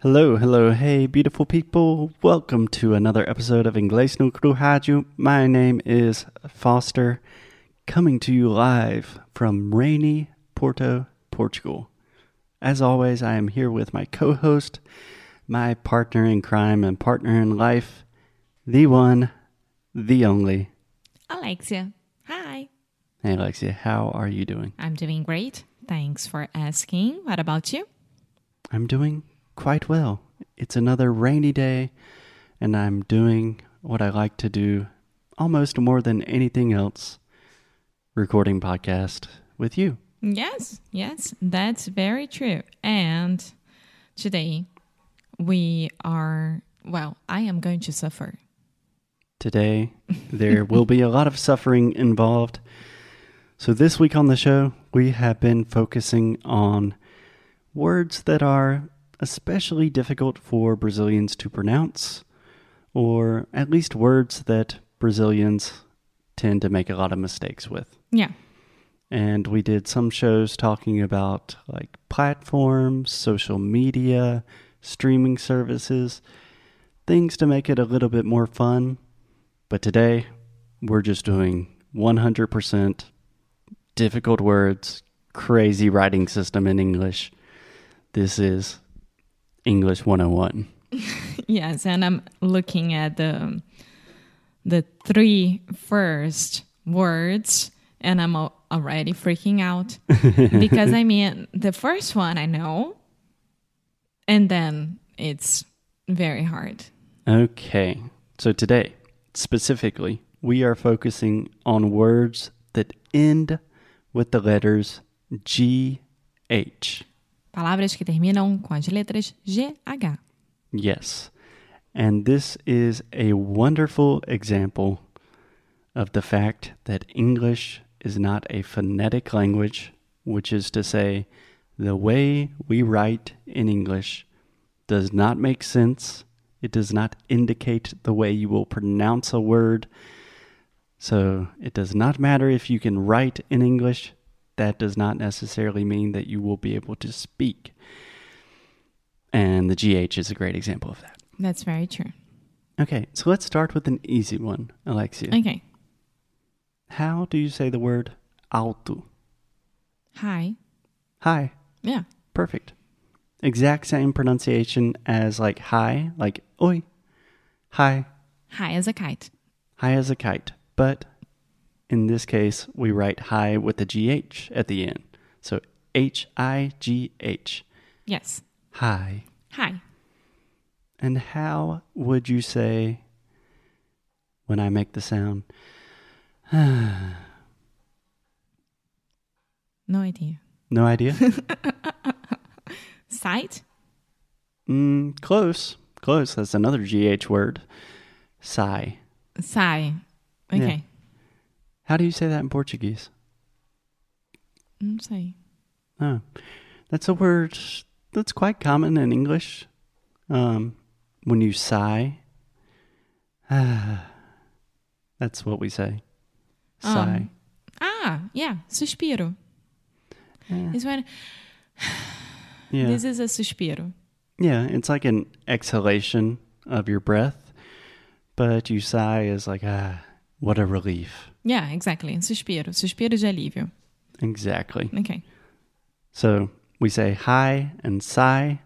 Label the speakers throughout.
Speaker 1: Hello, hello, hey, beautiful people. Welcome to another episode of Inglês no Cru Rádio. My name is Foster, coming to you live from rainy Porto, Portugal. As always, I am here with my co host, my partner in crime and partner in life, the one, the only.
Speaker 2: Alexia. Hi.
Speaker 1: Hey, Alexia, how are you doing?
Speaker 2: I'm doing great. Thanks for asking. What about you?
Speaker 1: I'm doing quite well. It's another rainy day, and I'm doing what I like to do almost more than anything else recording podcast with you.
Speaker 2: Yes, yes, that's very true. And today we are, well, I am going to suffer.
Speaker 1: Today, there will be a lot of suffering involved. So, this week on the show, we have been focusing on words that are especially difficult for Brazilians to pronounce, or at least words that Brazilians tend to make a lot of mistakes with.
Speaker 2: Yeah.
Speaker 1: And we did some shows talking about like platforms, social media, streaming services, things to make it a little bit more fun. But today, we're just doing 100% difficult words, crazy writing system in English. This is English 101.
Speaker 2: Yes, and I'm looking at the the three first words and I'm al- already freaking out because I mean, the first one I know and then it's very hard.
Speaker 1: Okay, so today, specifically, we are focusing on words that end with the letters GH.
Speaker 2: Palavras que terminam com as letras GH.
Speaker 1: Yes. And this is a wonderful example of the fact that English is not a phonetic language, which is to say, the way we write in English does not make sense. It does not indicate the way you will pronounce a word. So it does not matter if you can write in English. That does not necessarily mean that you will be able to speak. And the GH is a great example of that.
Speaker 2: That's very true.
Speaker 1: Okay, so let's start with an easy one, Alexia.
Speaker 2: Okay.
Speaker 1: How do you say the word alto?
Speaker 2: Hi.
Speaker 1: Hi.
Speaker 2: Yeah.
Speaker 1: Perfect. Exact same pronunciation as like hi, like oi. Hi.
Speaker 2: Hi as a kite.
Speaker 1: High as a kite. But in this case, we write high with a GH at the end. So H I G H.
Speaker 2: Yes.
Speaker 1: High.
Speaker 2: Hi.
Speaker 1: And how would you say when I make the sound?
Speaker 2: No idea.
Speaker 1: No idea?
Speaker 2: Sight?
Speaker 1: mm, close. Close. That's another GH word. Sigh.
Speaker 2: Sai.
Speaker 1: Yeah.
Speaker 2: Okay.
Speaker 1: How do you say that in Portuguese?
Speaker 2: Não sei.
Speaker 1: Oh, that's a word that's quite common in English. Um, when you sigh, that's what we say.
Speaker 2: Um,
Speaker 1: Sigh.
Speaker 2: Ah, yeah. Suspiro.
Speaker 1: Yeah.
Speaker 2: It's when
Speaker 1: yeah,
Speaker 2: this is a suspiro.
Speaker 1: yeah. It's like an exhalation of your breath, but you sigh is like ah, what a relief.
Speaker 2: Yeah, exactly. Suspiro. Suspiro de alívio.
Speaker 1: Exactly.
Speaker 2: Okay.
Speaker 1: So we say hi and sigh.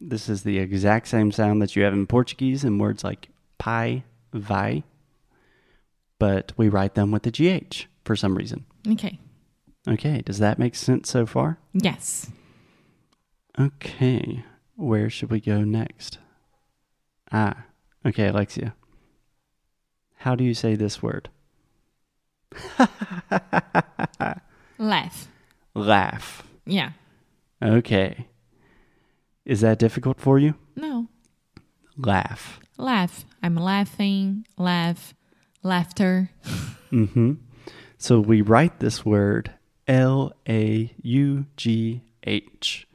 Speaker 1: This is the exact same sound that you have in Portuguese in words like pai, vai, but we write them with the GH for some reason.
Speaker 2: Okay.
Speaker 1: Okay, does that make sense so far?
Speaker 2: Yes.
Speaker 1: Okay, where should we go next? Ah, okay, Alexia. How do you say this word?
Speaker 2: Laugh.
Speaker 1: Laugh.
Speaker 2: Yeah.
Speaker 1: Okay. Is that difficult for you?
Speaker 2: No.
Speaker 1: Laugh.
Speaker 2: Laugh. I'm laughing. Laugh. Laughter.
Speaker 1: Mm-hmm. So we write this word L A U G H.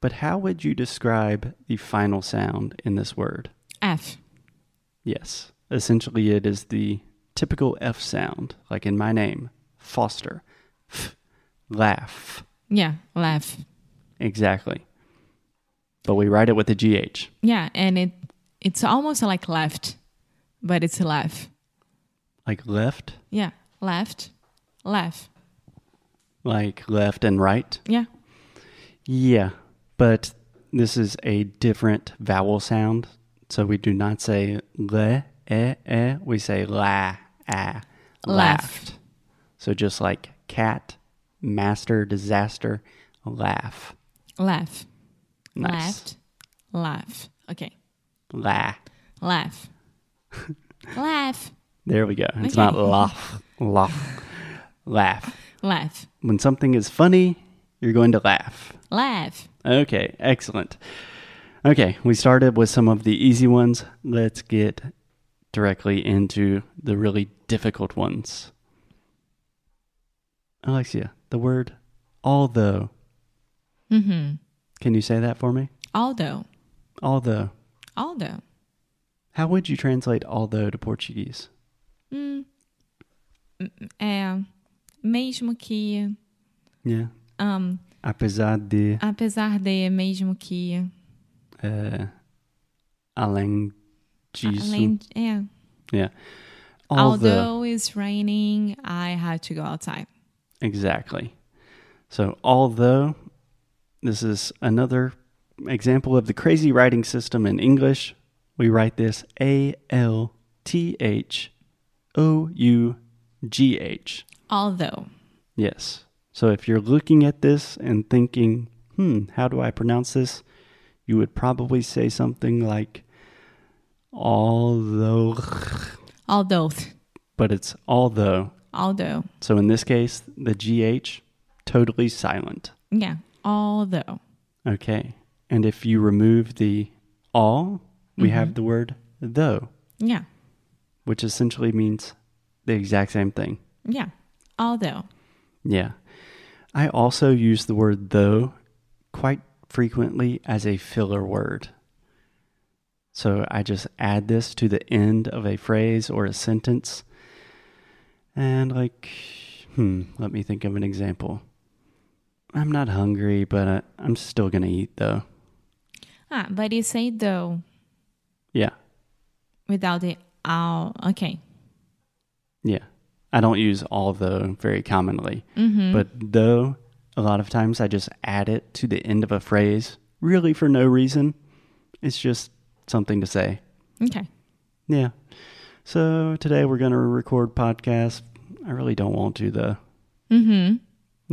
Speaker 1: But how would you describe the final sound in this word?
Speaker 2: F.
Speaker 1: Yes. Essentially, it is the typical F sound, like in my name, Foster. F, laugh.
Speaker 2: Yeah. Laugh.
Speaker 1: Exactly. but we write it with a GH.
Speaker 2: Yeah, and it it's almost like left, but it's left.
Speaker 1: Like left,
Speaker 2: Yeah, left, left.
Speaker 1: like left and right.
Speaker 2: Yeah,
Speaker 1: Yeah, but this is a different vowel sound. So we do not say le, eh, eh. We say la, ah, laughed.
Speaker 2: Laughed.
Speaker 1: So just like cat, master, disaster, laugh.
Speaker 2: left,
Speaker 1: Nice.
Speaker 2: left, left. Okay,
Speaker 1: La.
Speaker 2: left, left,
Speaker 1: There we go. It's
Speaker 2: Okay.
Speaker 1: not laugh, laugh, laugh.
Speaker 2: left,
Speaker 1: When something is funny, you're going to laugh.
Speaker 2: left.
Speaker 1: Okay, excellent. Okay, we started with some of the easy ones. Let's get directly into the really difficult ones. Alexia, the word although.
Speaker 2: Mm-hmm.
Speaker 1: Can you say that for me?
Speaker 2: Although,
Speaker 1: Although.
Speaker 2: although.
Speaker 1: How would you translate although to Portuguese?
Speaker 2: Hum, mm, é mesmo que,
Speaker 1: Yeah.
Speaker 2: hum,
Speaker 1: Apesar de,
Speaker 2: apesar de, mesmo que,
Speaker 1: uh, além disso.
Speaker 2: além, é.
Speaker 1: Yeah.
Speaker 2: Although it's raining, I had to go outside.
Speaker 1: Exactly. So, although this is another example of the crazy writing system in English, we write this A L T H O U G H.
Speaker 2: Although,
Speaker 1: Yes. So, if you're looking at this and thinking, hmm, how do I pronounce this? You would probably say something like, although,
Speaker 2: although,
Speaker 1: but it's although.
Speaker 2: although,
Speaker 1: So, in this case, the GH, totally silent.
Speaker 2: yeah, although,
Speaker 1: Okay. And if you remove the all, we have the word though,
Speaker 2: yeah,
Speaker 1: which essentially means the exact same thing.
Speaker 2: yeah, although,
Speaker 1: Yeah. I also use the word though quite frequently as a filler word. So I just add this to the end of a phrase or a sentence. And like, hmm, let me think of an example. I'm not hungry, but I, I'm still going to eat though.
Speaker 2: ah, but you say though
Speaker 1: Yeah.
Speaker 2: without the al. Okay,
Speaker 1: Yeah. I don't use although very commonly,
Speaker 2: Mhm.
Speaker 1: but though a lot of times I just add it to the end of a phrase, really for no reason. It's just something to say.
Speaker 2: okay,
Speaker 1: Yeah. So today we're going to record podcast. I really don't want to though.
Speaker 2: mm-hmm,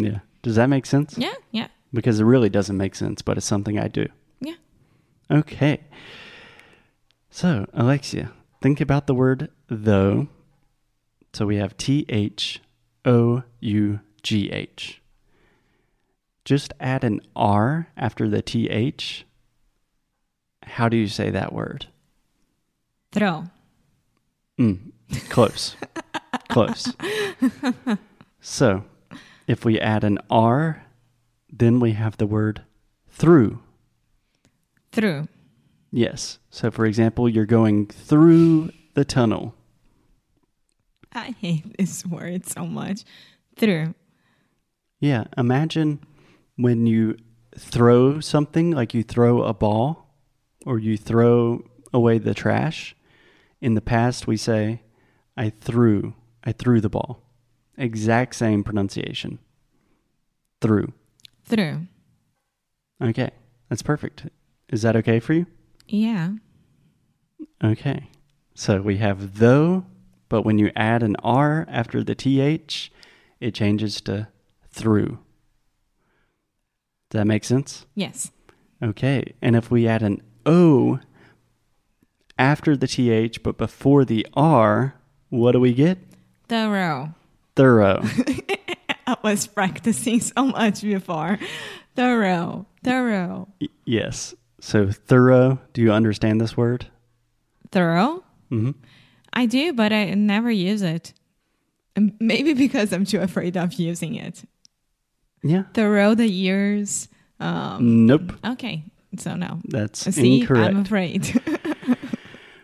Speaker 1: Yeah. Does that make sense?
Speaker 2: yeah, yeah,
Speaker 1: Because it really doesn't make sense, but it's something I do.
Speaker 2: yeah.
Speaker 1: Okay. So, Alexia, think about the word though. So we have T H O U G H. Just add an R after the T H. How do you say that word?
Speaker 2: Throw,
Speaker 1: Mm, close. close. So, if we add an R, then we have the word through.
Speaker 2: through,
Speaker 1: Yes. So, for example, you're going through the tunnel.
Speaker 2: I hate this word so much. Through.
Speaker 1: Yeah. Imagine when you throw something, like you throw a ball or you throw away the trash. In the past, we say, I threw, I threw the ball. Exact same pronunciation. Through.
Speaker 2: Through.
Speaker 1: Okay. That's perfect. Is that okay for you?
Speaker 2: Yeah.
Speaker 1: Okay. So we have though, but when you add an R after the TH, it changes to through. Does that make sense?
Speaker 2: Yes.
Speaker 1: Okay. And if we add an O after the TH, but before the R, what do we get?
Speaker 2: Thorough.
Speaker 1: Thorough.
Speaker 2: I was practicing so much before. Thorough. Thorough.
Speaker 1: Y- yes. So thorough. Do you understand this word?
Speaker 2: Thorough?
Speaker 1: Mhm.
Speaker 2: I do, but I never use it. And Maybe because I'm too afraid of using it.
Speaker 1: Yeah.
Speaker 2: Thorough the years. Um,
Speaker 1: Nope.
Speaker 2: okay. So no.
Speaker 1: That's
Speaker 2: See,
Speaker 1: incorrect.
Speaker 2: I'm afraid.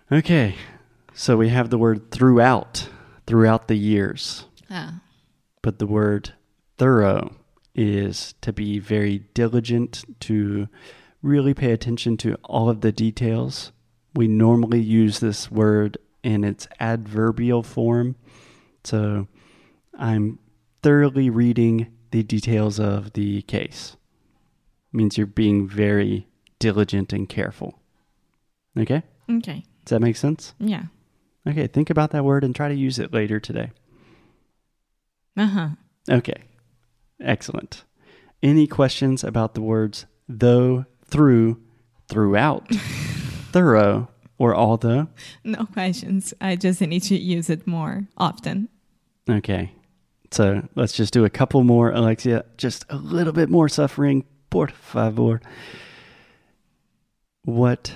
Speaker 1: Okay. So we have the word throughout, throughout the years.
Speaker 2: ah.
Speaker 1: But the word thorough is to be very diligent, to really pay attention to all of the details. We normally use this word in its adverbial form. So I'm thoroughly reading the details of the case. means you're being very diligent and careful. Okay?
Speaker 2: Okay.
Speaker 1: Does that make sense?
Speaker 2: Yeah.
Speaker 1: Okay, think about that word and try to use it later today.
Speaker 2: Uh huh.
Speaker 1: Okay. Excellent. Any questions about the words though, through, throughout, thorough, or although?
Speaker 2: No questions. I just need to use it more often.
Speaker 1: Okay. So let's just do a couple more, Alexia. Just a little bit more suffering. Por favor. What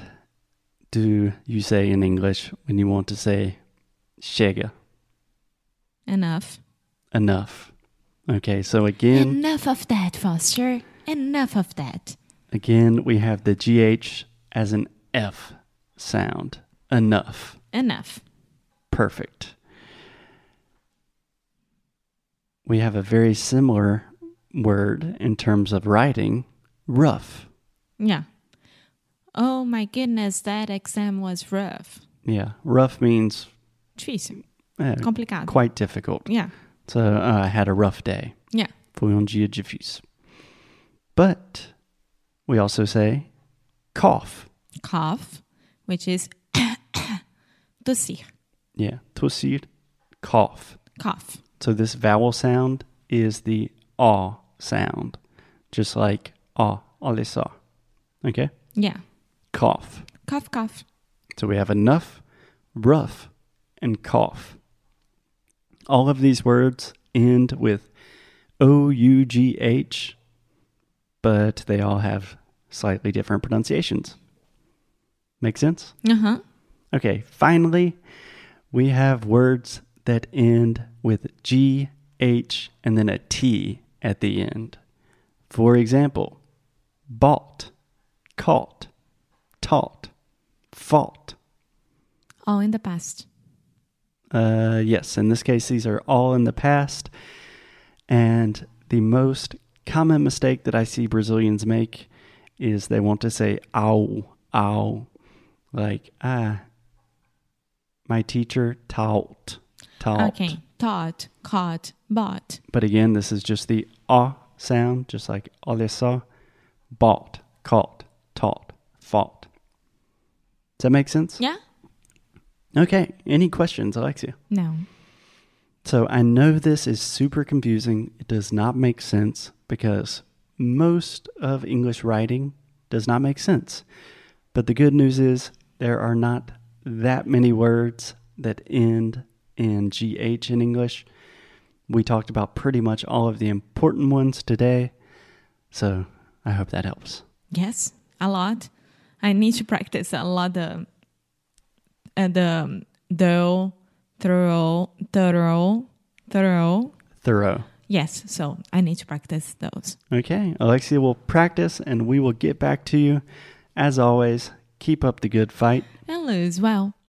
Speaker 1: do you say in English when you want to say chega?
Speaker 2: Enough.
Speaker 1: Enough. Okay, so again,
Speaker 2: Enough of that, Foster. Enough of that.
Speaker 1: Again, we have the GH as an F sound. Enough.
Speaker 2: Enough.
Speaker 1: Perfect. We have a very similar word in terms of writing rough.
Speaker 2: Yeah. Oh my goodness, that exam was rough.
Speaker 1: Yeah, rough means
Speaker 2: Difícil.
Speaker 1: eh,
Speaker 2: Complicado.
Speaker 1: quite difficult.
Speaker 2: Yeah.
Speaker 1: So uh, I had a rough day.
Speaker 2: Yeah.
Speaker 1: Foi um dia difícil. But we also say cough.
Speaker 2: Cough, which is tossir.
Speaker 1: Yeah, tossir, cough.
Speaker 2: Cough.
Speaker 1: So this vowel sound is the ah sound, just like ah, alisa. Okay?
Speaker 2: Yeah.
Speaker 1: Cough.
Speaker 2: Cough, cough.
Speaker 1: So we have enough, rough, and cough. All of these words end with O U G H, but they all have slightly different pronunciations. Make sense?
Speaker 2: Uh huh.
Speaker 1: Okay, finally, we have words that end with G, H, and then a T at the end. For example, bought, caught, taught, fault.
Speaker 2: All in the past.
Speaker 1: Uh, yes, in this case, these are all in the past. And the most common mistake that I see Brazilians make is they want to say ow, ow, like, ah, my teacher taught, taught.
Speaker 2: Okay. Taught, caught, bought.
Speaker 1: But again, this is just the ah sound, just like olha só, bought, caught, taught, fought. Does that make sense?
Speaker 2: Yeah?
Speaker 1: Okay. Any questions, Alexia?
Speaker 2: No.
Speaker 1: So I know this is super confusing. It does not make sense because most of English writing does not make sense. But the good news is there are not that many words that end in GH in English. We talked about pretty much all of the important ones today. So I hope that helps.
Speaker 2: Yes, a lot. I need to practice a lot the uh, the though, thorough, thorough, thorough.
Speaker 1: Thorough.
Speaker 2: Yes, so I need to practice those.
Speaker 1: Okay, Alexia will practice and we will get back to you. As always, keep up the good fight.
Speaker 2: And lose well.